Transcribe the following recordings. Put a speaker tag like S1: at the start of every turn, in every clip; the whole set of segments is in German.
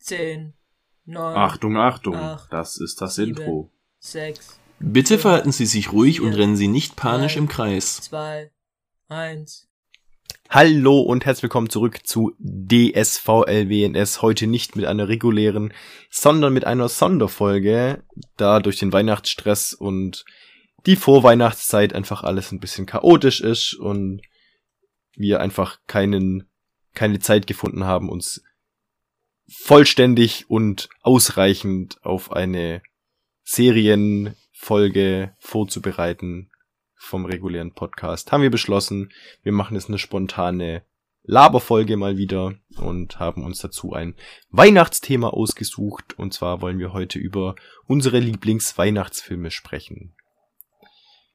S1: 10, 9,
S2: Achtung, Achtung,
S1: Acht.
S2: das ist das
S1: Sieben.
S2: Intro.
S1: 6,
S3: Bitte verhalten Sie sich ruhig und
S1: Ja.
S3: rennen Sie nicht panisch
S1: Nein.
S3: im Kreis.
S1: 2, 1.
S4: Hallo und herzlich willkommen zurück zu DSVLWNS. Heute nicht mit einer regulären, sondern mit einer Sonderfolge, da durch den Weihnachtsstress und die Vorweihnachtszeit einfach alles ein bisschen chaotisch ist und wir einfach keinen, keine Zeit gefunden haben, uns vollständig und ausreichend auf eine Serienfolge vorzubereiten vom regulären Podcast. Haben wir beschlossen, wir machen jetzt eine spontane Laberfolge mal wieder und haben uns dazu ein Weihnachtsthema ausgesucht. Und zwar wollen wir heute über unsere Lieblingsweihnachtsfilme sprechen.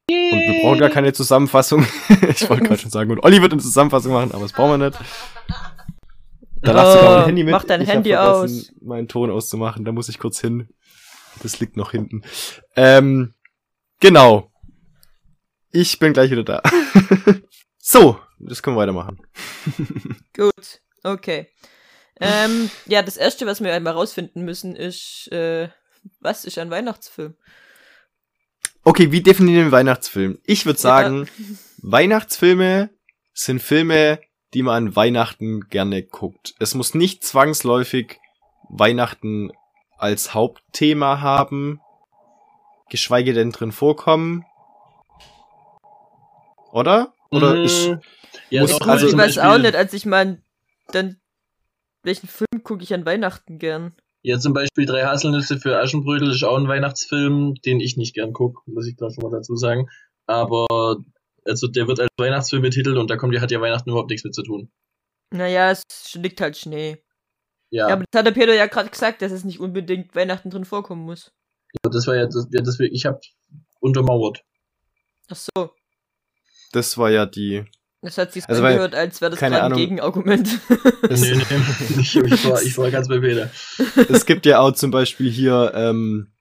S4: Und wir brauchen gar keine Zusammenfassung. ich wollte gerade schon sagen, und Olli wird eine Zusammenfassung machen, aber das brauchen wir nicht. Da lacht sogar mein
S5: Oh,
S4: Handy mit.
S5: mach dein
S4: ich
S5: Handy
S4: hab vergessen, meinen Ton auszumachen. Da muss ich kurz hin. Das liegt noch hinten. Ähm, genau. Ich bin gleich wieder da. so, das können wir weitermachen.
S5: Gut, okay. Ähm, ja, das Erste, was wir einmal rausfinden müssen, ist, äh, was ist ein Weihnachtsfilm?
S4: Okay, wie definieren wir Weihnachtsfilm? Ich würde
S5: Ja.
S4: sagen, Weihnachtsfilme sind Filme, die man an Weihnachten gerne guckt. Es muss nicht zwangsläufig Weihnachten als Hauptthema haben, geschweige denn drin vorkommen. Oder? Oder
S6: Mm.
S4: ist,
S6: ja,
S4: muss-
S6: doch,
S4: also
S6: weil
S5: ich
S6: zum
S5: weiß
S6: Beispiel-
S5: auch nicht, als ich mal dann welchen Film gucke ich an Weihnachten gern?
S6: Ja, zum Beispiel drei Haselnüsse für Aschenbrödel ist auch ein Weihnachtsfilm, den ich nicht gern gucke, muss ich da schon mal dazu sagen. Aber also der wird als Weihnachtsfilm betitelt und da kommt ja hat ja Weihnachten überhaupt nichts mit zu tun.
S5: Naja, es liegt halt Schnee.
S6: Ja,
S5: Ja, aber das hat der Pedro ja gerade gesagt, dass es nicht unbedingt Weihnachten drin vorkommen muss.
S6: also das war ja das, ja, das ich habe untermauert.
S5: Ach so,
S4: das war ja die.
S5: das hat sich
S4: Also,
S5: also
S4: weil-
S5: angehört, als wäre das
S4: keine
S5: gerade ein
S4: Ahnung.
S5: Gegenargument.
S4: Das-
S6: nee, nee, ich, ich, war, ich war ganz bei Peter.
S4: es gibt ja auch zum Beispiel hier, ähm,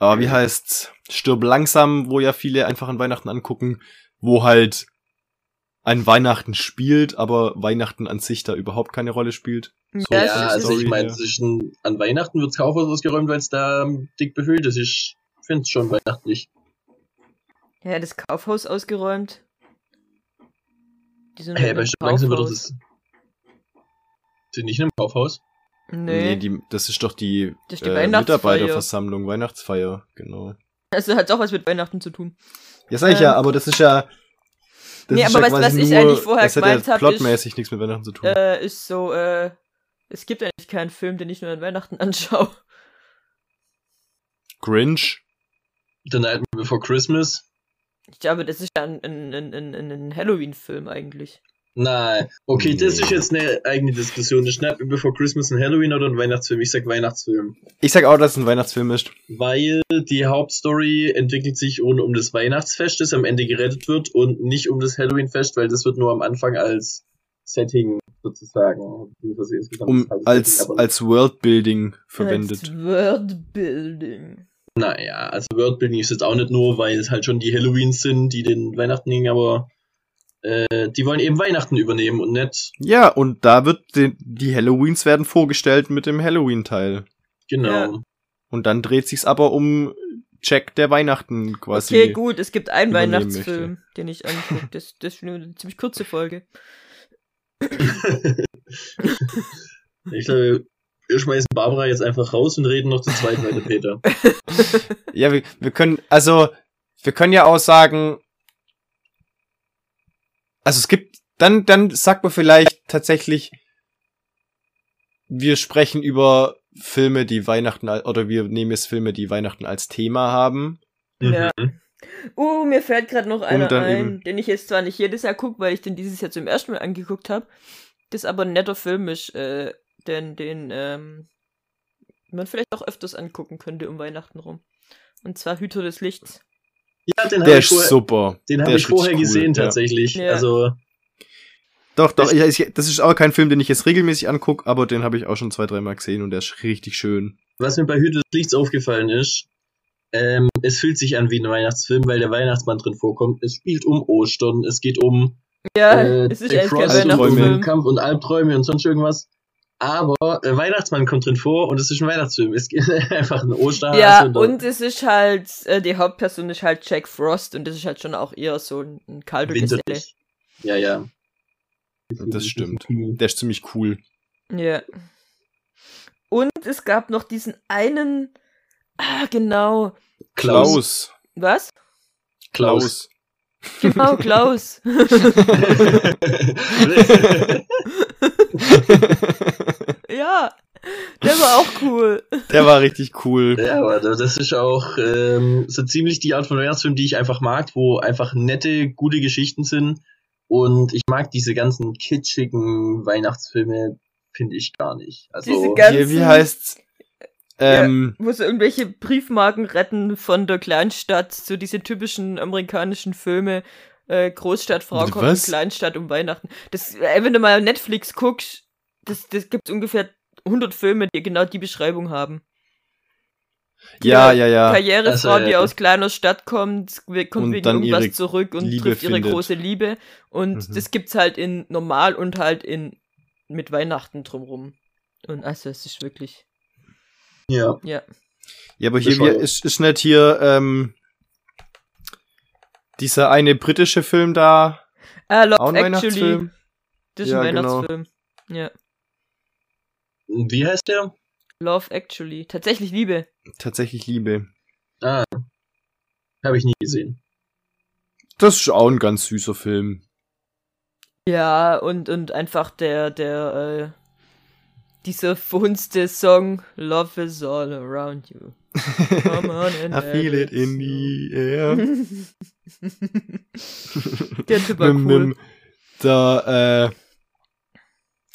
S4: ah, wie heißt's, Stirb langsam, wo ja viele einfach an Weihnachten angucken, wo halt ein Weihnachten spielt, aber Weihnachten an sich da überhaupt keine Rolle spielt. So,
S5: Ja,
S6: Ja,
S5: es ist-
S6: also
S4: Sorry,
S6: ich meine,
S4: ja.
S6: es ist ein- an Weihnachten wirds Kaufhaus ausgeräumt, weil es da ähm, dick befüllt ist. Ich finde es schon weihnachtlich.
S5: ja, das Kaufhaus ausgeräumt. Die sind
S6: Hey,
S5: im
S6: bei Stück langsam wird doch
S5: Kaufhaus.
S6: das. Sind nicht in einem Kaufhaus?
S5: Nee,
S4: die, das ist doch die,
S5: Das ist die
S4: äh,
S5: Weihnachtsfeier.
S4: Mitarbeiterversammlung, Weihnachtsfeier, genau.
S5: also hat auch was mit Weihnachten zu tun.
S4: Ja, sag ich
S5: Ähm,
S4: ja, aber das ist ja.
S5: Nee, aber was-
S4: quasi
S5: was ich eigentlich vorher
S4: das hat ja
S5: gemeint hab, ist-
S4: plotmäßig nichts mit Weihnachten zu tun.
S5: äh, ist so, äh, es gibt eigentlich keinen Film, den ich nur an Weihnachten anschaue.
S4: Grinch?
S6: The Night Before Christmas?
S5: Ich glaube, das ist ja ein, ein, ein, ein, ein- ein Halloween-Film eigentlich.
S6: Nein. Okay, das
S4: Nee.
S6: ist jetzt eine eigene Diskussion. The Night Before Christmas ein Halloween oder ein Weihnachtsfilm? Ich sag Weihnachtsfilm.
S4: Ich sag auch, dass es ein Weihnachtsfilm ist.
S6: Weil die Hauptstory entwickelt sich ohne um das Weihnachtsfest, das am Ende gerettet wird, und nicht um das Halloweenfest, weil das wird nur am Anfang als Setting sozusagen. beziehungsweise insgesamt
S4: Um,
S6: als
S4: als,
S6: Setting, aber-
S4: als Worldbuilding verwendet.
S5: Als Wordbuilding.
S6: Naja, also Worldbuilding ist jetzt auch nicht nur, weil es halt schon die Halloweens sind, die den Weihnachten hingen, aber äh, die wollen eben Weihnachten übernehmen und nicht,
S4: Ja, und da wird den, die Halloweens werden vorgestellt mit dem Halloween-Teil.
S6: genau.
S5: Ja.
S4: Und dann dreht sich's aber um Jack der Weihnachten quasi.
S5: Okay, gut, es gibt einen
S4: übernehmen
S5: Weihnachtsfilm, den ich angucke. Das, das ist nur eine ziemlich kurze Folge.
S6: Ich glaube, wir schmeißen Barbara jetzt einfach raus und reden noch zu zweit weiter, Peter.
S4: Ja, wir, wir können, also, wir können ja auch sagen, also es gibt, dann, dann sagt man vielleicht tatsächlich, wir sprechen über Filme, die Weihnachten, al- oder wir nehmen jetzt Filme, die Weihnachten als Thema haben.
S5: Ja.
S6: Mhm.
S5: Oh, mir fällt gerade noch einer
S4: dann
S5: ein,
S4: eben-
S5: den ich jetzt zwar nicht jedes Jahr gucke, weil ich den dieses Jahr zum ersten Mal angeguckt habe. Das ist aber ein netter Film ist, äh, den, den ähm, man vielleicht auch öfters angucken könnte um Weihnachten rum. Und zwar Hüter des Lichts.
S6: ja, den
S4: Der
S6: habe ich,
S4: ist
S6: vorher,
S4: super.
S6: den hab
S4: Der
S6: ich
S4: ist richtig
S6: vorher
S4: cool,
S6: gesehen,
S4: ja.
S6: tatsächlich.
S5: Ja.
S6: Also,
S4: Doch, doch, ich, ich, das ist auch kein Film, den ich jetzt regelmäßig angucke, aber den habe ich auch schon zwei, dreimal gesehen und der ist richtig schön.
S6: was mir bei Hüte des Lichts aufgefallen ist, ähm, es fühlt sich an wie ein Weihnachtsfilm, weil der Weihnachtsmann drin vorkommt. Es spielt um Ostern, es geht um
S5: Ja,
S6: äh,
S5: Ah,
S6: um
S5: es ist
S6: Jack
S5: eigentlich kein
S6: Frost und
S4: Albträume.
S5: Weihnachtsfilm.
S6: Kampf und Albträume und sonst irgendwas. Aber äh, Weihnachtsmann kommt drin vor und es ist ein Weihnachtsfilm. Es ist einfach ein Osterhase.
S5: Ja,
S6: und-
S5: und es ist halt, äh, die Hauptperson ist halt Jack Frost und das ist halt schon auch eher so ein, ein kalter Geselle.
S6: winterlich. Ja, ja.
S4: Das stimmt. Der ist ziemlich cool.
S5: Ja. Und es gab noch diesen einen, ah, genau,
S6: Klaus.
S5: was?
S6: Klaus.
S4: Klaus.
S5: Genau, Klaus. ja, der war auch cool.
S4: Der war richtig cool.
S6: ja, aber da- das ist auch ähm, so ziemlich die Art von Weihnachtsfilm, die ich einfach mag, wo einfach nette, gute Geschichten sind. Und ich mag diese ganzen kitschigen Weihnachtsfilme, finde ich gar nicht. Also,
S5: Diese ganzen-
S4: Hier, wie heißt's? Ähm,
S5: Muss er irgendwelche Briefmarken retten von der Kleinstadt, so diese typischen amerikanischen Filme. äh, Großstadtfrau
S4: Was?
S5: kommt in Kleinstadt um Weihnachten. Das, äh, wenn du mal Netflix guckst, das, das gibt ungefähr 100 Filme, die genau die Beschreibung haben.
S4: ja, ja, ja.
S5: Karrierefrau,
S6: Also, ja.
S5: die aus kleiner Stadt kommt, we- kommt
S4: Und
S5: wegen
S4: dann ihre
S5: irgendwas zurück und
S4: Liebe
S5: trifft ihre
S4: findet.
S5: große Liebe. Und
S4: Mhm.
S5: das gibt's halt in normal und halt in mit Weihnachten drumrum. Und also es ist wirklich.
S6: ja.
S5: Ja.
S4: Ja, aber hier wie,
S6: Bescheuert.
S4: ist, ist nicht hier ähm, dieser eine britische Film da.
S5: Ah, Love
S4: Auch ein
S5: Actually.
S4: Weihnachtsfilm.
S5: Das ist ein
S4: Ja, genau.
S5: Weihnachtsfilm. Ja.
S6: Wie heißt der?
S5: Love Actually. Tatsächlich Liebe.
S4: Tatsächlich Liebe.
S6: Ah. Habe ich nie gesehen.
S4: Das ist auch ein ganz süßer Film.
S5: Ja, und, und einfach der, der, äh, dieser verhunzte Song Love is all around you. Come on and
S4: I feel
S5: have
S4: it in the air.
S5: Der Typ war
S4: Mit-
S5: cool.
S4: mit- Da, äh.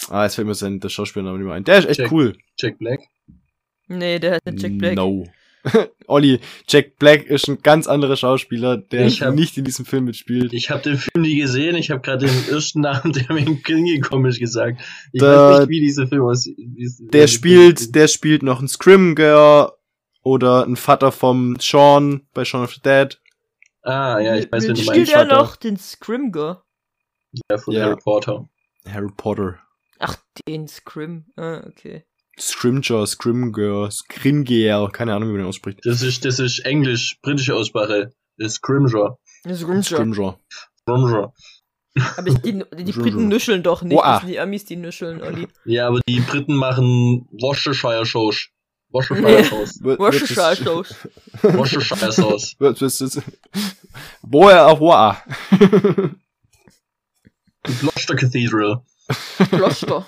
S4: Ah, jetzt fällt mir sein der Schauspielername nicht mehr ein. Der ist echt
S6: Jack.
S4: cool.
S6: Jack Black.
S5: Nee, der heißt nicht Jack Black.
S4: No. Olli, Jack Black ist ein ganz anderer Schauspieler, der
S6: Ich hab-
S4: nicht in diesem Film mitspielt.
S6: Ich habe den Film nie gesehen. Ich habe gerade den ersten Namen, der mir in den Sinn gekommen ist, gesagt. Ich
S4: Da-
S6: weiß nicht, wie diese Filme aus. wie-
S4: Der
S6: wie-
S4: spielt, der spielt noch einen Scrimger oder ein Vater vom Sean bei Sean of the Dead.
S6: Ah, ja, ich weiß,
S5: Wie
S6: wenn du
S5: spielt
S6: meinst.
S5: er
S6: Vater
S5: noch den Scrimger?
S6: Ja, von
S4: Ja.
S6: Harry Potter.
S4: Harry Potter.
S5: Ach, den Scrim. Ah, okay.
S4: Scrimger, Scrimger, Scrimger, keine Ahnung, wie man den ausspricht.
S6: Das ist, das ist Englisch, britische Aussprache. Das ist Scrimger.
S5: Das Scrimger.
S4: Scrimger.
S6: Scrimger.
S5: Aber ich, die, die
S4: Scrimger.
S5: Briten nuscheln doch nicht.
S4: Oha.
S5: Das sind die Amis, die nuscheln, Olli.
S6: Ja, aber die Briten machen Worcestershire Sauce. Worcestershire Sauce.
S5: Worcestershire Sauce.
S6: Worcestershire Sauce.
S4: Boah, auf Boah.
S6: Gloucester Cathedral.
S5: Gloucester.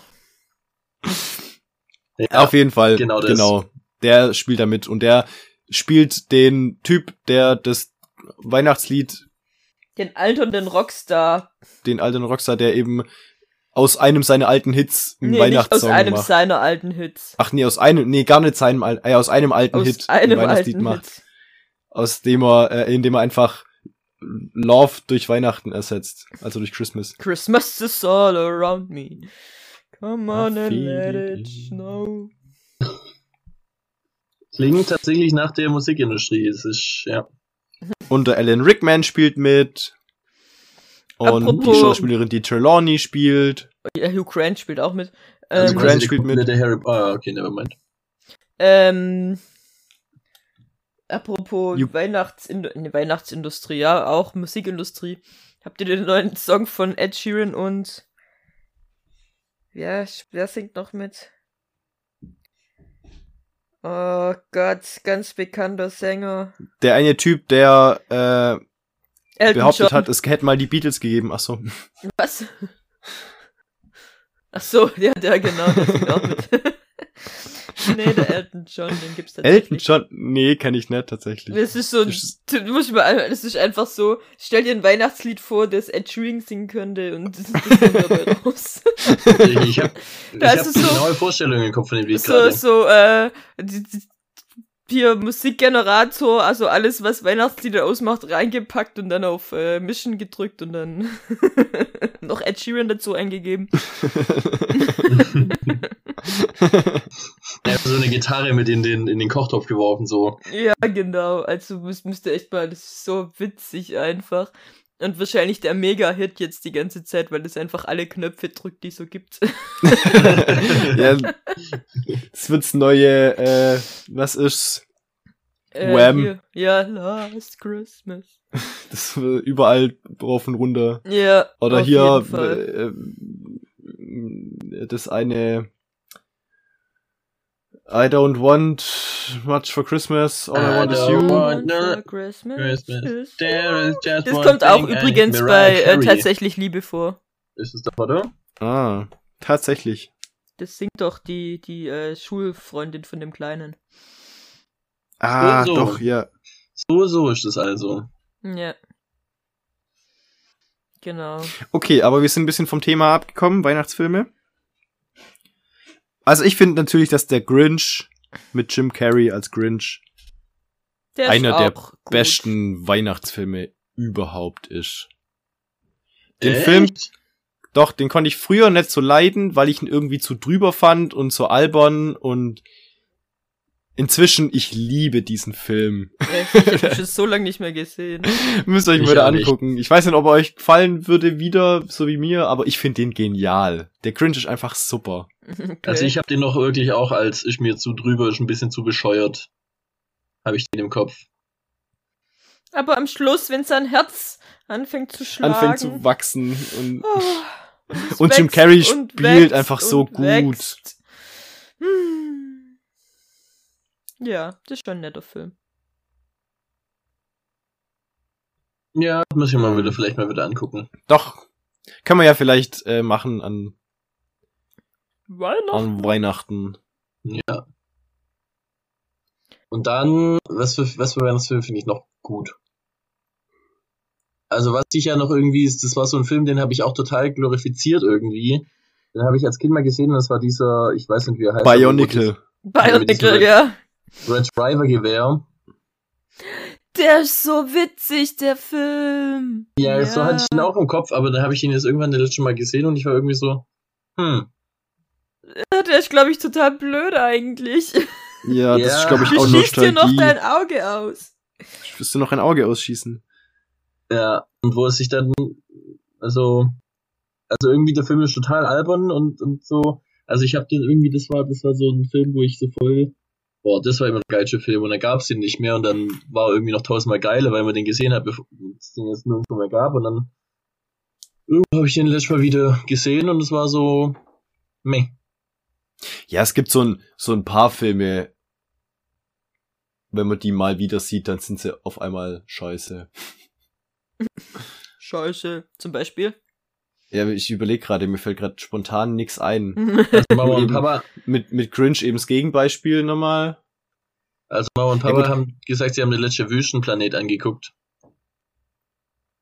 S4: Auf jeden Fall.
S6: Genau das.
S4: Genau. Der spielt damit und der spielt den Typ, der das Weihnachtslied,
S5: Den alternden Rockstar.
S4: den alten Rockstar, der eben aus einem seiner alten Hits einen
S5: Nee, nicht aus
S4: Weihnachtssong
S5: einem
S4: macht.
S5: seiner alten Hits.
S4: Ach nee, aus einem, nee, gar nicht seinem, al- äh, aus einem alten
S5: aus
S4: Hit
S5: einem
S4: ein Weihnachtslied
S5: alten
S4: macht,
S5: Hit.
S4: aus dem er, äh, indem er einfach Love durch Weihnachten ersetzt, also durch Christmas.
S5: Christmas is all around me. Come
S4: I
S5: on and
S4: feel
S5: let it
S4: it in-
S5: snow.
S6: Klingt tatsächlich nach der Musikindustrie. Es ist,
S5: Ähm,
S6: ja.
S4: Und der Alan Rickman spielt mit. Und
S5: Apropos-
S4: die Schauspielerin, die Trelawney spielt.
S5: Ja, Hugh Grant spielt auch mit.
S6: Also
S5: Ähm,
S4: Grant
S6: quasi der
S4: spielt
S6: komplette
S4: mit.
S6: Harry Ah, okay, nevermind.
S5: Ähm, apropos
S4: Ju-
S5: Weihnachtsind nee, Weihnachtsindustrie, ja, auch Musikindustrie. Habt ihr den neuen Song von Ed Sheeran und ja, sch- wer singt noch mit? Oh Gott, ganz bekannter Sänger.
S4: Der eine Typ, der äh,
S5: Elton
S4: behauptet
S5: John.
S4: hat, es hätte mal die Beatles gegeben. Ach so.
S5: Was? Ach so, ja, der genau, der singt auch mit. nee, der Elton John, den gibt's tatsächlich.
S4: Elton John? Nee, kann ich nicht tatsächlich.
S5: Das ist so,
S4: Ist-
S5: du musst mal, das ist einfach so, stell dir ein Weihnachtslied vor, das Ed Sheeran singen könnte und das, das kommt dabei raus.
S6: Ich, ich habe ich
S5: Da
S6: hab
S5: ist es so-
S6: genaue Vorstellungen im Kopf von dem Lied
S5: so,
S6: gerade.
S5: so, äh, die- die- hier Musikgenerator, also alles, was Weihnachtslieder ausmacht, reingepackt und dann auf äh, Mischen gedrückt und dann noch Ed Sheeran dazu eingegeben.
S6: Er hat so eine Gitarre mit in den, in den Kochtopf geworfen, so.
S5: Ja, genau, also müsst- müsst ihr echt mal, das ist so witzig einfach. Und wahrscheinlich der Mega-Hit jetzt die ganze Zeit, weil es einfach alle Knöpfe drückt, die es so gibt.
S4: ja, es wird's neue, äh, was ist?
S5: Äh,
S4: Wham.
S5: hier. Ja, Last Christmas.
S4: Das wird überall rauf und runter.
S5: Ja.
S4: Oder
S5: auf
S4: hier
S5: jeden Fall.
S4: äh, äh, das eine I don't want much for Christmas, all I
S6: I
S4: want is
S6: don't
S4: you.
S6: want-
S5: For Christmas.
S6: Christmas.
S5: is-
S6: There is just
S5: Das
S6: one
S5: kommt auch
S6: thing and
S5: übrigens bei
S6: Mariah
S5: äh,
S6: Carey.
S5: tatsächlich Liebe vor.
S6: Ist es doch, oder?
S4: Ah, tatsächlich.
S5: Das singt doch die, die äh, Schulfreundin von dem Kleinen.
S4: Ah,
S6: so.
S4: doch, ja.
S6: So, so ist es also.
S5: Ja. Genau.
S4: Okay, aber wir sind ein bisschen vom Thema abgekommen, Weihnachtsfilme. Also ich finde natürlich, dass der Grinch mit Jim Carrey als Grinch
S5: Der
S4: Einer der
S5: auch gut.
S4: besten Weihnachtsfilme überhaupt ist. Den
S6: Echt?
S4: Film, doch, den konnte ich früher nicht so leiden, weil ich ihn irgendwie zu drüber fand und zu albern und inzwischen, ich liebe diesen Film.
S5: Ja, ich ich hab ihn schon so lange nicht mehr gesehen.
S4: Müsst ihr euch
S6: Ich
S4: mal wieder
S6: auch nicht.
S4: angucken. Ich weiß nicht, ob er euch gefallen würde wieder, so wie mir, aber ich finde den genial. Der Grinch ist einfach super.
S5: Okay.
S6: Also ich habe den noch wirklich auch als ist mir zu drüber, ist ein bisschen zu bescheuert. Habe ich den im Kopf.
S5: Aber am Schluss, wenn sein Herz anfängt zu schlagen.
S4: Anfängt zu wachsen und
S5: oh, es
S4: Und Jim
S5: wächst
S4: Carrey
S5: und
S4: spielt
S5: wächst
S4: einfach so
S5: und
S4: gut.
S5: wächst. Hm. Ja, das ist schon ein netter Film.
S6: Ja, muss ich mal
S4: Mhm.
S6: wieder vielleicht mal wieder angucken.
S4: doch, kann man ja vielleicht äh, machen an,
S5: Weihnachten.
S4: an Weihnachten.
S6: Ja. Und dann, was für, was für Weihnachtsfilm finde ich noch gut? Also was ich ja noch irgendwie ist, das war so ein Film, den habe ich auch total glorifiziert irgendwie. Den habe ich als Kind mal gesehen und das war dieser, ich weiß nicht wie er heißt.
S4: Bionicle.
S5: Bionicle,
S6: diesem-
S5: ja.
S6: Red Driver Gewehr.
S5: Der ist so witzig, der Film.
S6: Ja, so hatte ich ihn auch im Kopf, aber dann habe ich ihn jetzt irgendwann das letzte Mal gesehen und ich war irgendwie so, hm.
S5: Ja, Der ist, glaube ich, total blöd eigentlich.
S4: Ja, das
S6: Ja.
S4: ist, glaube ich,
S5: Du
S4: auch
S5: schießt dir noch
S4: Nostalgie.
S5: dein Auge aus.
S4: Wirst du noch ein Auge ausschießen?
S6: Ja, und wo es sich dann, also, also irgendwie der Film ist total albern und, und so. Also ich habe den irgendwie, das war, das war so ein Film, wo ich so voll, boah, das war immer ein geiler Film und dann gab's den nicht mehr und dann war er irgendwie noch tausendmal geiler, weil man den gesehen hat, bevor es den jetzt nirgendwo mehr gab und dann irgendwann habe ich den letztes Mal wieder gesehen und es war so, meh.
S4: Ja, es gibt so ein, so ein paar Filme, wenn man die mal wieder sieht, dann sind sie auf einmal scheiße.
S5: Scheiße, zum Beispiel.
S4: Ja, ich überlege gerade, mir fällt gerade spontan nichts
S5: Mhm.
S4: ein.
S6: Also Mama und
S4: Eben.
S6: Papa,
S4: Mit, mit Grinch eben das Gegenbeispiel nochmal.
S6: Also Mama und
S4: Ja,
S6: Papa
S4: gut.
S6: haben gesagt, sie haben den letzten Wüstenplanet angeguckt.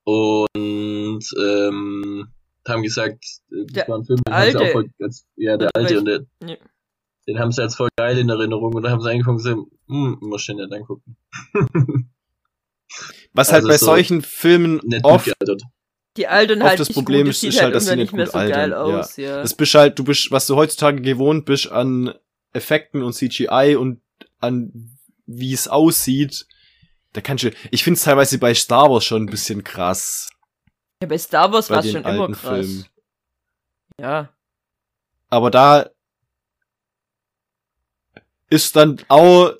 S6: Und ähm, haben gesagt, äh, das
S5: Der
S6: war ein Film, den haben sie
S5: alte.
S6: auch voll, als, ja, der
S5: Oder
S6: alte
S5: welch-
S6: und der,
S5: Ja.
S6: den haben sie als voll geil in Erinnerung und dann haben sie angefangen und gesagt, hm, muss ich den nicht angucken.
S4: Was
S6: Also
S4: halt bei
S6: so
S4: solchen Filmen
S6: Nicht gut
S4: oft,
S6: gealtert.
S5: Die alten
S4: Oft
S5: halt
S4: das
S5: nicht
S4: Problem
S5: gut,
S4: ist-
S5: die
S4: ist
S5: sieht
S4: halt, dass die
S5: irgendwann
S4: nicht
S5: nicht mehr
S4: gut
S5: so geil
S4: altern, ja.
S5: aus, ja.
S4: das bist halt, du bist, was du heutzutage gewohnt bist an Effekten und CGI und an wie es aussieht, da kannst du, ich finde es teilweise bei Star Wars schon ein bisschen krass.
S5: ja, bei Star Wars
S4: bei
S5: war es
S4: den
S5: schon immer
S4: alten
S5: krass.
S4: Filmen.
S5: Ja.
S4: Aber da ist dann auch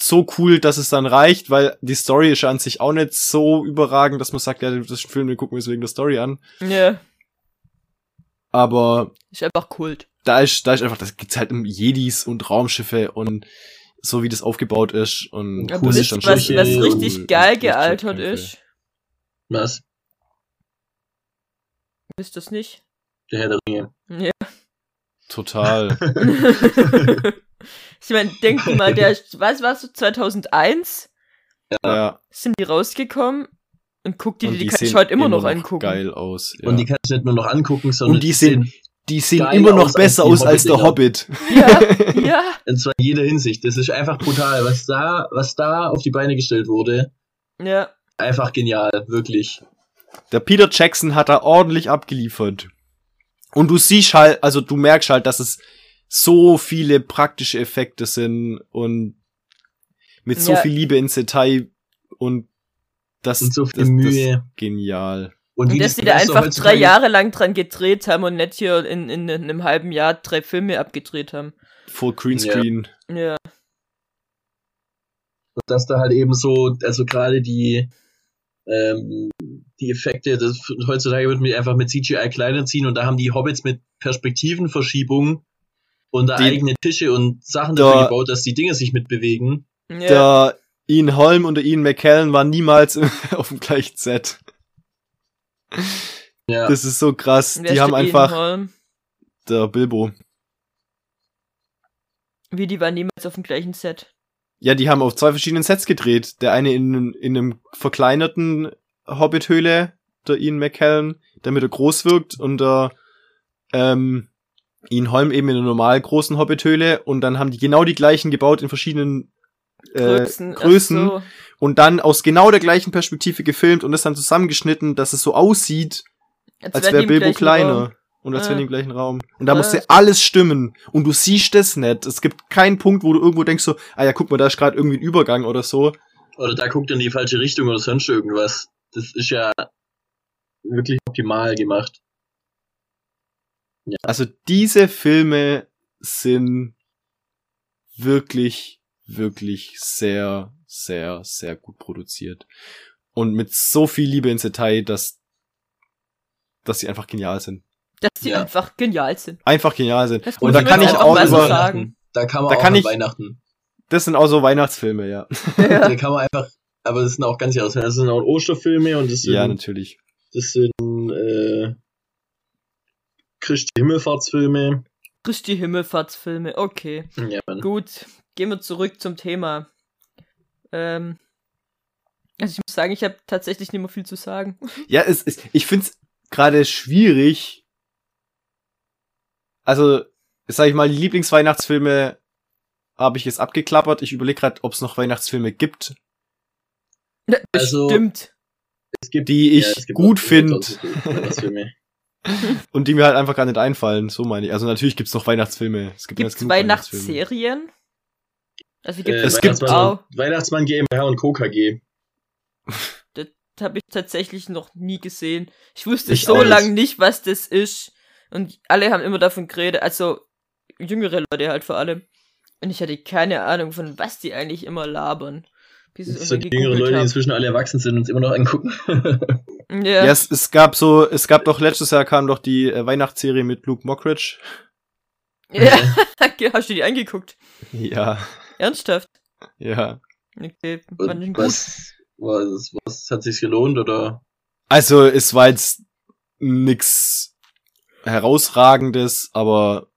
S4: so cool, dass es dann reicht, weil die Story ist ja an sich auch nicht so überragend, dass man sagt, ja, das ist ein Film, den gucken wir uns wegen der Story an.
S5: Ja.
S4: Aber
S5: Ist einfach Kult.
S4: da ist, da ist einfach, das gibt's halt um Jedis und Raumschiffe und so wie das aufgebaut ist und
S5: Aber
S6: Cool,
S4: das
S5: wisst,
S4: ist
S5: ihr,
S4: dann
S5: was,
S6: schon
S5: was
S6: cool
S5: richtig
S4: und
S5: geil
S4: richtig
S5: gealtert
S4: Kämpfe.
S5: ist,
S6: Was?
S5: wisst ihr es nicht?
S6: Der Herr der Ringe.
S5: Ja.
S4: Total.
S5: ich meine, denk mal, der ist, was warst du, 2001
S4: ja.
S5: sind die rausgekommen und guck dir
S4: Und
S5: die, die kann ich
S4: sehen
S5: heute immer noch angucken.
S4: Geil aus. Ja.
S6: Und die kannst du nicht nur noch angucken, sondern
S4: Und die sehen-
S6: sehen
S4: die sehen
S6: geil
S4: immer noch
S6: aus als
S4: besser
S6: die
S4: aus als der Hobbit.
S5: Ja, ja.
S6: und zwar in jeder Hinsicht. Das ist einfach brutal, was da, was da auf die Beine gestellt wurde.
S5: Ja,
S6: Einfach genial, wirklich.
S4: Der Peter Jackson hat da ordentlich abgeliefert. Und du siehst halt, also du merkst halt, dass es so viele praktische Effekte sind und mit so
S5: Ja.
S4: viel Liebe ins Detail und das,
S6: Und so
S4: das,
S6: viel
S4: das
S6: Mühe.
S4: genial.
S5: Und
S6: wie
S5: dass
S6: das
S5: die da
S6: Messer
S5: einfach drei
S6: heutzutage-
S5: Jahre lang dran gedreht haben und nicht hier in, in einem halben Jahr drei Filme abgedreht haben.
S4: Full Greenscreen.
S5: Ja.
S6: Und dass da halt eben so, also gerade die, ähm, die Effekte, das, heutzutage wird mir einfach mit CGI kleiner ziehen und da haben die Hobbits mit Perspektivenverschiebung und da
S4: Die-
S6: eigene Tische und Sachen
S4: Da-
S6: dafür gebaut, dass die Dinge sich mitbewegen.
S5: ja.
S4: Der Ian Holm und der Ian McKellen waren niemals auf dem gleichen Set.
S6: Ja.
S4: Das ist so krass.
S5: Wer
S4: die haben
S5: steht Ian
S4: einfach
S5: Holm?
S4: der Bilbo.
S5: Wie, die waren niemals auf dem gleichen Set.
S4: Ja, die haben auf zwei verschiedenen Sets gedreht. Der eine in, in einem verkleinerten Hobbit-Höhle, der Ian McKellen, damit er groß wirkt und der ähm, Ian Holm eben in einer normal großen Hobbit-Höhle und dann haben die genau die gleichen gebaut in verschiedenen äh,
S5: Größen. ach
S4: Größen.
S5: So.
S4: und dann aus genau der gleichen Perspektive gefilmt und das dann zusammengeschnitten, dass es so aussieht, als
S5: wären die
S4: wäre
S5: im
S4: Bilbo
S5: gleichen
S4: kleiner.
S5: Raum.
S4: Und als
S5: Ah.
S4: wäre die im gleichen Raum. Und
S5: Ah.
S4: da musste alles stimmen. Und du siehst es nicht. Es gibt keinen Punkt, wo du irgendwo denkst so, ah ja, guck mal, da ist gerade irgendwie ein Übergang oder so.
S6: Oder da guckt in die falsche Richtung oder sonst irgendwas. Das ist ja wirklich optimal gemacht.
S4: Also diese Filme sind wirklich, wirklich sehr, sehr, sehr gut produziert. Und mit so viel Liebe ins Detail, dass, dass sie einfach genial sind.
S5: Dass die
S6: Ja.
S5: einfach genial sind.
S4: Einfach genial sind.
S5: Das
S4: Und
S5: muss
S4: da
S5: man
S4: kann
S5: jetzt
S4: ich
S5: einfach
S4: auch
S5: mal so
S4: über-
S5: sagen.
S6: Da kann man
S4: Da
S6: auch
S4: kann
S6: an
S4: ich-
S6: Weihnachten.
S4: Das sind auch so Weihnachtsfilme, ja.
S5: Ja.
S6: Da kann man einfach, aber das sind auch ganz Jahres. Das sind auch Osterfilme und das sind
S4: Ja, natürlich.
S6: Das sind äh, Christi Himmelfahrtsfilme.
S5: Christi Himmelfahrtsfilme, okay.
S6: Ja, Mann.
S5: Gut, gehen wir zurück zum Thema. Ähm, also ich muss sagen, ich habe tatsächlich nicht mehr viel zu sagen.
S4: Ja, es ist, ich find's gerade schwierig. Also, sag ich mal, die Lieblingsweihnachtsfilme habe ich jetzt abgeklappert. Ich überlege gerade, ob es noch Weihnachtsfilme gibt,
S6: Also-
S5: Stimmt.
S6: Es gibt
S4: die ich
S6: ja, es gibt
S4: gut
S6: auch
S4: finde
S6: 100.000 Weihnachtsfilme.
S4: und die mir halt einfach gar nicht einfallen. So meine ich. Also natürlich gibt's noch Weihnachtsfilme. Es gibt
S5: Gibt's
S4: ganz genug Weihnachtsfilme.
S5: Weihnachtsserien? Also gibt's
S6: Äh,
S4: Es gibt-
S6: Weihnachtsmann,
S5: auch.
S6: und, Weihnachtsmann GmbH und Co. KG.
S5: Das habe ich tatsächlich noch nie gesehen. Ich wusste
S4: Ich
S5: so
S4: auch nicht.
S5: lange nicht, was das ist. Und alle haben immer davon geredet. Also jüngere Leute halt vor allem. Und ich hatte keine Ahnung, von was die eigentlich immer labern. Bis ich
S6: Das
S5: es
S6: sind die
S5: irgendwann
S6: jüngeren Leute, die
S5: gegoogelt
S6: inzwischen alle erwachsen sind und uns immer noch angucken.
S5: hab.
S4: Ja,
S5: Ja.
S4: es, es gab so, es gab doch letztes Jahr kam doch die äh, Weihnachtsserie mit Luke Mockridge.
S5: ja. Hast du die angeguckt?
S4: Ja,
S5: Ernsthaft?
S4: ja.
S5: Okay, war nicht
S6: und
S5: gut.
S6: was, was, was hat sich gelohnt oder?
S4: Also, es war jetzt nix herausragendes, aber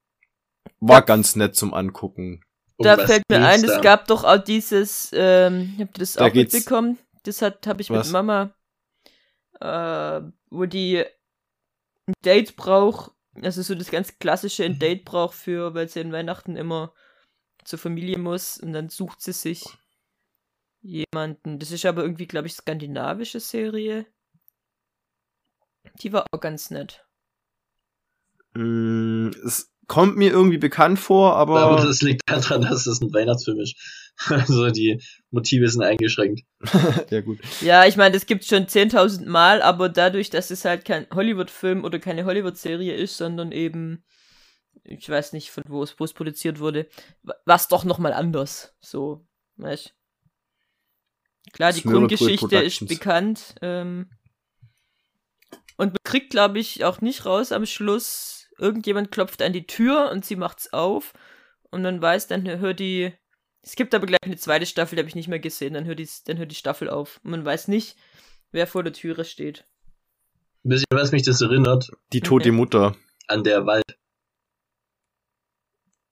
S4: war ganz nett zum Angucken.
S6: um
S5: Da
S6: was
S5: fällt mir
S6: geht's
S5: ein,
S6: da?
S5: es gab doch auch dieses, ähm, habt ihr das
S4: Da
S5: auch
S4: geht's-
S5: mitbekommen? Das hat, hab ich
S4: Was?
S5: mit Mama, äh, wo die ein Date braucht, also so das ganz klassische
S6: Mhm.
S5: ein Date braucht für, weil sie an Weihnachten immer zur Familie muss und dann sucht sie sich jemanden. Das ist aber irgendwie, glaube ich, skandinavische Serie. Die war auch ganz nett.
S4: Mm, Es kommt mir irgendwie bekannt vor,
S6: Aber
S4: aber
S6: das liegt daran, dass es ein Weihnachtsfilm ist. Also die Motive sind eingeschränkt.
S4: ja gut.
S5: Ja, ich meine, das gibt's schon 10.000 Mal, aber dadurch, dass es halt kein Hollywood-Film oder keine Hollywood-Serie ist, sondern eben, ich weiß nicht, von wo es, wo es produziert wurde, war es doch nochmal anders. So, weißt Klar, die
S4: Smyrna Pool
S5: Grundgeschichte ist
S4: Productions.
S5: bekannt. Ähm, und man kriegt, glaube ich, auch nicht raus am Schluss, irgendjemand klopft an die Tür und sie macht's auf. Und dann weiß, dann hört die. Es gibt aber gleich eine zweite Staffel, die habe ich nicht mehr gesehen. Dann hört, die, dann hört die Staffel auf. Und man weiß nicht, wer vor der Türe steht.
S6: Wisst ihr, was mich das erinnert?
S4: Die tote
S5: Okay.
S4: Mutter.
S6: An der Wald.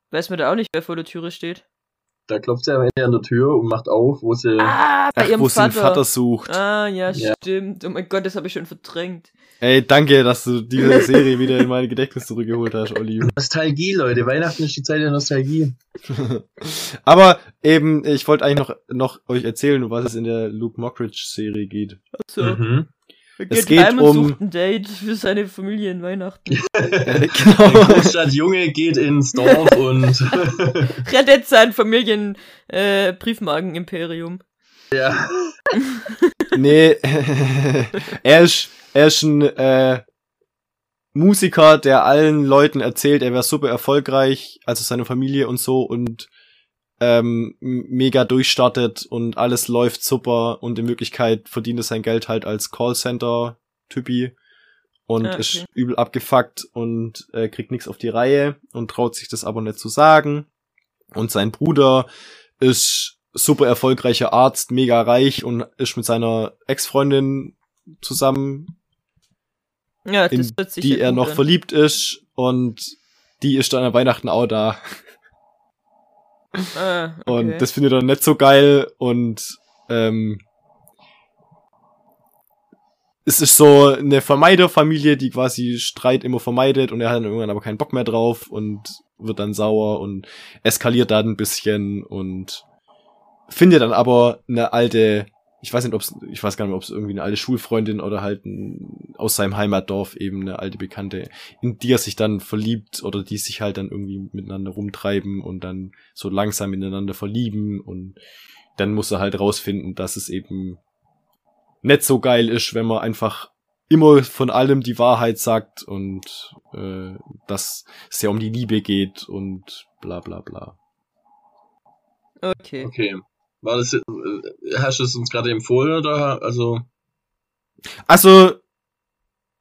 S5: Weiß man da auch nicht, wer vor der Türe steht.
S6: Da klopft sie am Ende an der Tür und macht auf, wo sie.
S5: Ah, bei
S4: Äh, Ach,
S5: ihrem
S4: wo sie
S5: Vater.
S4: den Vater sucht.
S5: Ah, ja,
S6: Ja.
S5: stimmt. Oh mein Gott, das habe ich schon verdrängt.
S4: Ey, danke, dass du diese Serie wieder in mein Gedächtnis zurückgeholt hast, Olli.
S6: Nostalgie, Leute. Weihnachten ist die Zeit der Nostalgie.
S4: aber eben, ich wollte eigentlich noch, noch euch erzählen, um was es in der Luke Mockridge Serie geht.
S5: So,
S6: Mhm.
S5: er
S4: Es
S5: geht,
S4: geht
S5: heim
S4: um-
S5: und sucht ein Date für seine Familie in Weihnachten.
S4: Äh,
S6: Der
S4: genau.
S6: Großstadtjunge geht ins Dorf und
S5: Rettet sein Familien äh, Briefmarkenimperium.
S6: ja,
S4: Nee, er ist Er ist ein äh, Musiker, der allen Leuten erzählt, er wäre super erfolgreich, also seine Familie und so und ähm, m- mega durchstartet und alles läuft super und in Wirklichkeit verdient er sein Geld halt als Callcenter-Typi und
S5: Ah, okay.
S4: ist übel abgefuckt und äh, kriegt nichts auf die Reihe und traut sich das aber nicht zu sagen. Und sein Bruder ist super erfolgreicher Arzt, mega reich und ist mit seiner Ex-Freundin zusammen,
S5: Ja, das
S4: in
S5: wird sich
S4: die er noch verliebt ist und die ist dann an Weihnachten auch da.
S5: Ah, okay.
S4: Und das findet er nicht so geil und ähm, es ist so eine Vermeiderfamilie, die quasi Streit immer vermeidet und er hat dann irgendwann aber keinen Bock mehr drauf und wird dann sauer und eskaliert dann ein bisschen und findet dann aber eine alte, ich weiß nicht, ob es, ich weiß gar nicht, ob es irgendwie eine alte Schulfreundin oder halt ein, aus seinem Heimatdorf eben eine alte Bekannte, in die er sich dann verliebt oder die sich halt dann irgendwie miteinander rumtreiben und dann so langsam ineinander verlieben und dann muss er halt rausfinden, dass es eben nicht so geil ist, wenn man einfach immer von allem die Wahrheit sagt und äh, dass es ja um die Liebe geht und bla bla bla.
S5: okay.
S6: Okay. War das, äh, hast du es uns gerade empfohlen oder? Also,
S4: Also,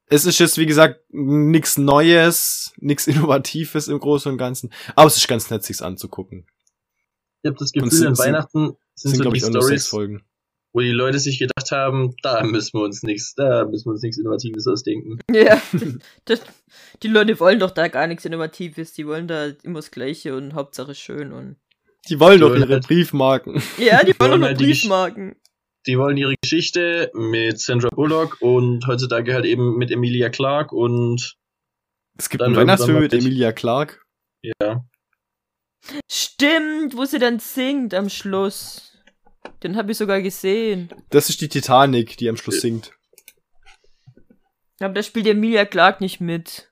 S4: es ist jetzt, wie gesagt, nichts Neues, nichts Innovatives im Großen und Ganzen, aber es ist ganz nett, sich's anzugucken.
S6: ich habe das
S4: Und
S6: Gefühl,
S4: sind-
S6: an
S4: sind-
S6: Weihnachten
S4: Es
S6: sind,
S4: sind,
S6: so
S4: glaube
S6: die
S4: ich, auch nur sechs
S6: Stories,
S4: Folgen.
S6: wo die Leute sich gedacht haben, da müssen wir uns nichts, da müssen wir uns nichts Innovatives ausdenken.
S5: Ja, das, die Leute wollen doch da gar nichts Innovatives, die wollen da immer das Gleiche und Hauptsache schön und.
S4: Die wollen doch
S6: Leute,
S4: ihre
S6: halt-
S4: Briefmarken.
S5: Ja, die wollen
S6: wollen
S5: doch nur
S6: halt die Gesch-
S5: Briefmarken.
S6: Die wollen ihre Geschichte mit Sandra Bullock und heutzutage halt eben mit Emilia Clark und
S4: Es gibt
S6: Dann
S4: einen
S6: irgendwann
S4: Weihnachtsfilm
S6: mal
S4: mit
S6: Pech.
S4: Emilia Clark.
S6: ja.
S5: Stimmt, wo sie dann singt am Schluss. Den habe ich sogar gesehen.
S4: Das ist die Titanic, die am Schluss singt.
S5: Aber da spielt Emilia Clark nicht mit.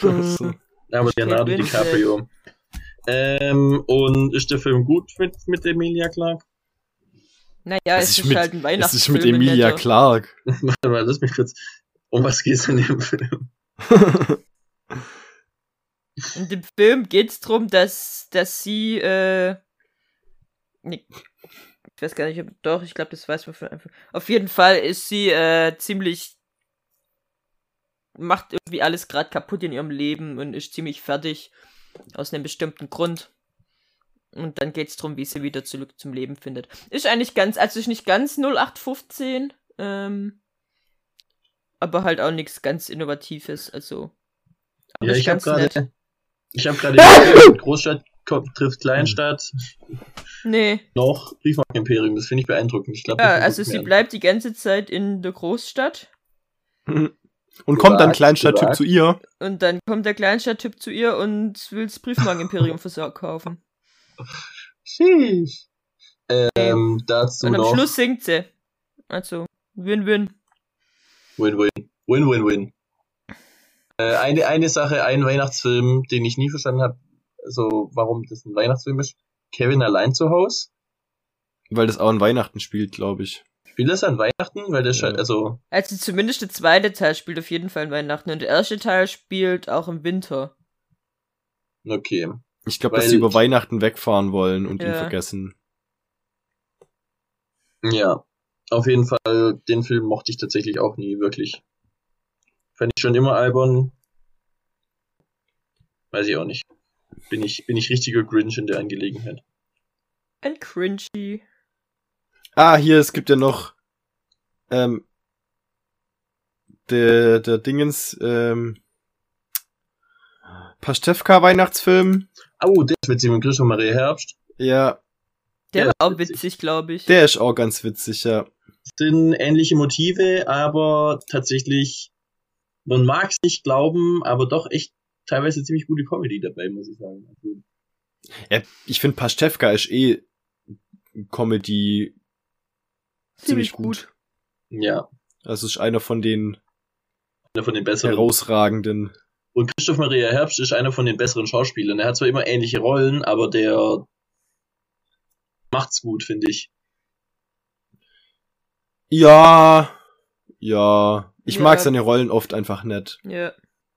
S5: Hm.
S4: Also,
S6: Aber Leonardo
S5: Kate Winslet.
S6: DiCaprio. Ähm, und ist der Film gut mit, mit Emilia Clark?
S5: Naja,
S4: Es
S5: es
S4: ist
S5: ist,
S4: mit-
S5: halt ein
S4: es ist
S5: Weihnachtsfilm.
S4: mit Emilia
S5: netter.
S4: Clark.
S6: Warte mal, lass mich kurz. Um was geht's in dem Film?
S5: In dem Film geht's drum, dass, dass sie, äh, nee, ich weiß gar nicht, ob, doch, ich glaube, das weiß man von einfach. Auf jeden Fall ist sie, äh, ziemlich, macht irgendwie alles gerade kaputt in ihrem Leben und ist ziemlich fertig. Aus einem bestimmten Grund. Und dann geht's drum, wie sie wieder zurück zum Leben findet. Ist eigentlich ganz, also ist nicht ganz 0815, ähm, aber halt auch nichts ganz Innovatives, also. aber
S6: Ja,
S5: ist
S6: ich habe
S5: ganz nett.
S6: gerade. Ich habe gerade Großstadt ko- trifft Kleinstadt
S5: Nee,
S6: noch Briefmarkenimperium. Das finde ich beeindruckend. Ich glaube,
S5: ja, also sie bleibt die ganze Zeit in der Großstadt
S4: Und kommt dann
S6: Gewagt,
S4: Kleinstadttyp
S6: gewagt.
S4: zu ihr.
S5: und dann kommt der Kleinstadttyp zu ihr und will das Briefmarkenimperium für sie kaufen.
S6: Sheesh. Ähm, dazu
S5: und am
S6: noch
S5: Schluss singt sie. Also, Win-Win.
S6: Win-Win. Win-Win-Win. Äh, eine, eine Sache, ein Weihnachtsfilm, den ich nie verstanden habe, also warum das ein Weihnachtsfilm ist. Kevin allein zu Hause.
S4: Weil das auch an Weihnachten spielt, glaube ich.
S6: Spielt das an Weihnachten? Weil das
S4: Ja.
S6: ja. also.
S5: Also zumindest der zweite Teil spielt auf jeden Fall in Weihnachten und der erste Teil spielt auch im Winter.
S6: Okay.
S4: Ich glaube, dass
S6: Weil-
S4: sie über Weihnachten wegfahren wollen und ihn
S5: Ja.
S4: vergessen.
S6: Ja. Auf jeden Fall, den Film mochte ich tatsächlich auch nie wirklich. Fand ich schon immer albern. Weiß ich auch nicht. Bin ich, bin ich richtiger Grinch in der Angelegenheit.
S5: Ein cringy.
S4: Ah, hier, es gibt ja noch ähm, der, der Dingens ähm, Pastewka-Weihnachtsfilm.
S6: Oh, der ist mit Simon Grisch und Maria Herbst.
S4: Ja,
S5: Der
S6: Ja,
S5: war auch
S6: witzig.
S5: witzig, glaube ich.
S4: der ist auch ganz witzig, ja.
S6: Sind ähnliche Motive, aber tatsächlich, man mag es nicht glauben, aber doch echt teilweise ziemlich gute Comedy dabei, muss ich sagen. Also,
S4: ja ich finde, Pastewka ist eh Comedy ziemlich gut.
S6: ja,
S4: Also ist einer von den
S6: einer von den besseren.
S4: herausragenden.
S6: Und Christoph Maria Herbst ist einer von den besseren Schauspielern. Er hat zwar immer ähnliche Rollen, aber der macht's gut, finde ich.
S4: Ja, ja. Ich
S5: Ja.
S4: mag seine Rollen oft einfach nicht.
S5: Ja.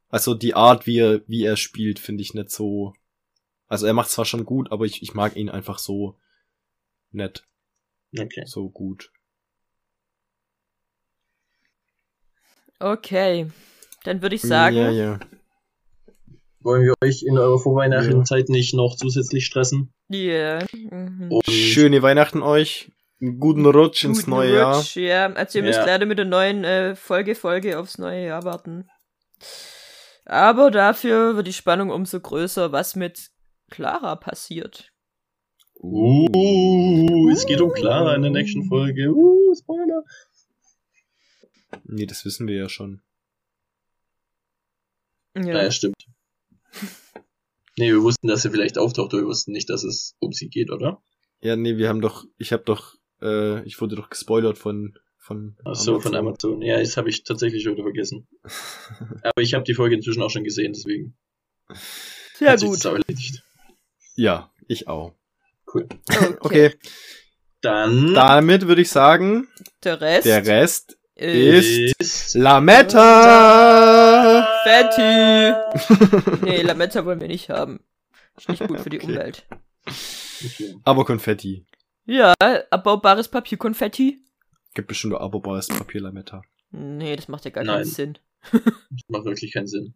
S4: Also die Art, wie er, wie er spielt, finde ich nicht so. Also er macht zwar schon gut, aber ich, ich mag ihn einfach so nett,
S6: Okay.
S4: so gut.
S5: Okay. Dann würde ich sagen,
S4: Ja, ja.
S6: Wollen wir euch in eurer Vorweihnachtszeit nicht noch zusätzlich stressen?
S5: ja. Mhm.
S6: Und
S4: Schöne Weihnachten euch. Einen guten Rutsch ins
S5: Guten
S4: neue Jahr.
S5: Rutsch, ja. Also ihr müsst
S6: Ja.
S5: leider mit der neuen äh, Folge Folge aufs neue Jahr warten. Aber dafür wird die Spannung umso größer, was mit Clara passiert.
S6: Uh, es geht um Clara in der nächsten Folge. Uh, Spoiler.
S4: Nee, das wissen wir ja schon.
S6: Ja,
S5: Ja.
S6: ja stimmt. Nee, wir wussten, dass sie vielleicht auftaucht, aber wir wussten nicht, dass es um sie geht, oder?
S4: Ja, nee, wir haben doch, ich habe doch, äh, ich wurde doch gespoilert von von
S6: Ach so, von Amazon. Ja, das habe ich tatsächlich wieder vergessen. aber ich habe die Folge inzwischen auch schon gesehen, deswegen
S5: Sehr
S6: hat sich das
S5: gut.
S6: auch erledigt.
S4: Ja, ich auch.
S6: Cool.
S5: Okay.
S4: Okay,
S6: Dann
S4: damit würde ich sagen,
S5: Der Rest
S4: der Rest
S5: ist
S4: ist
S6: ist
S4: Lametta.
S5: Fetti. nee, Lametta wollen wir nicht haben. Ist nicht gut für die
S4: Okay.
S5: Umwelt.
S6: okay.
S4: Aber Konfetti.
S5: Ja, abbaubares Papierkonfetti?
S4: Gibt bestimmt nur aberbares Papier Lametta.
S5: Nee, das macht ja gar
S6: Nein.
S5: keinen Sinn.
S6: macht wirklich keinen Sinn.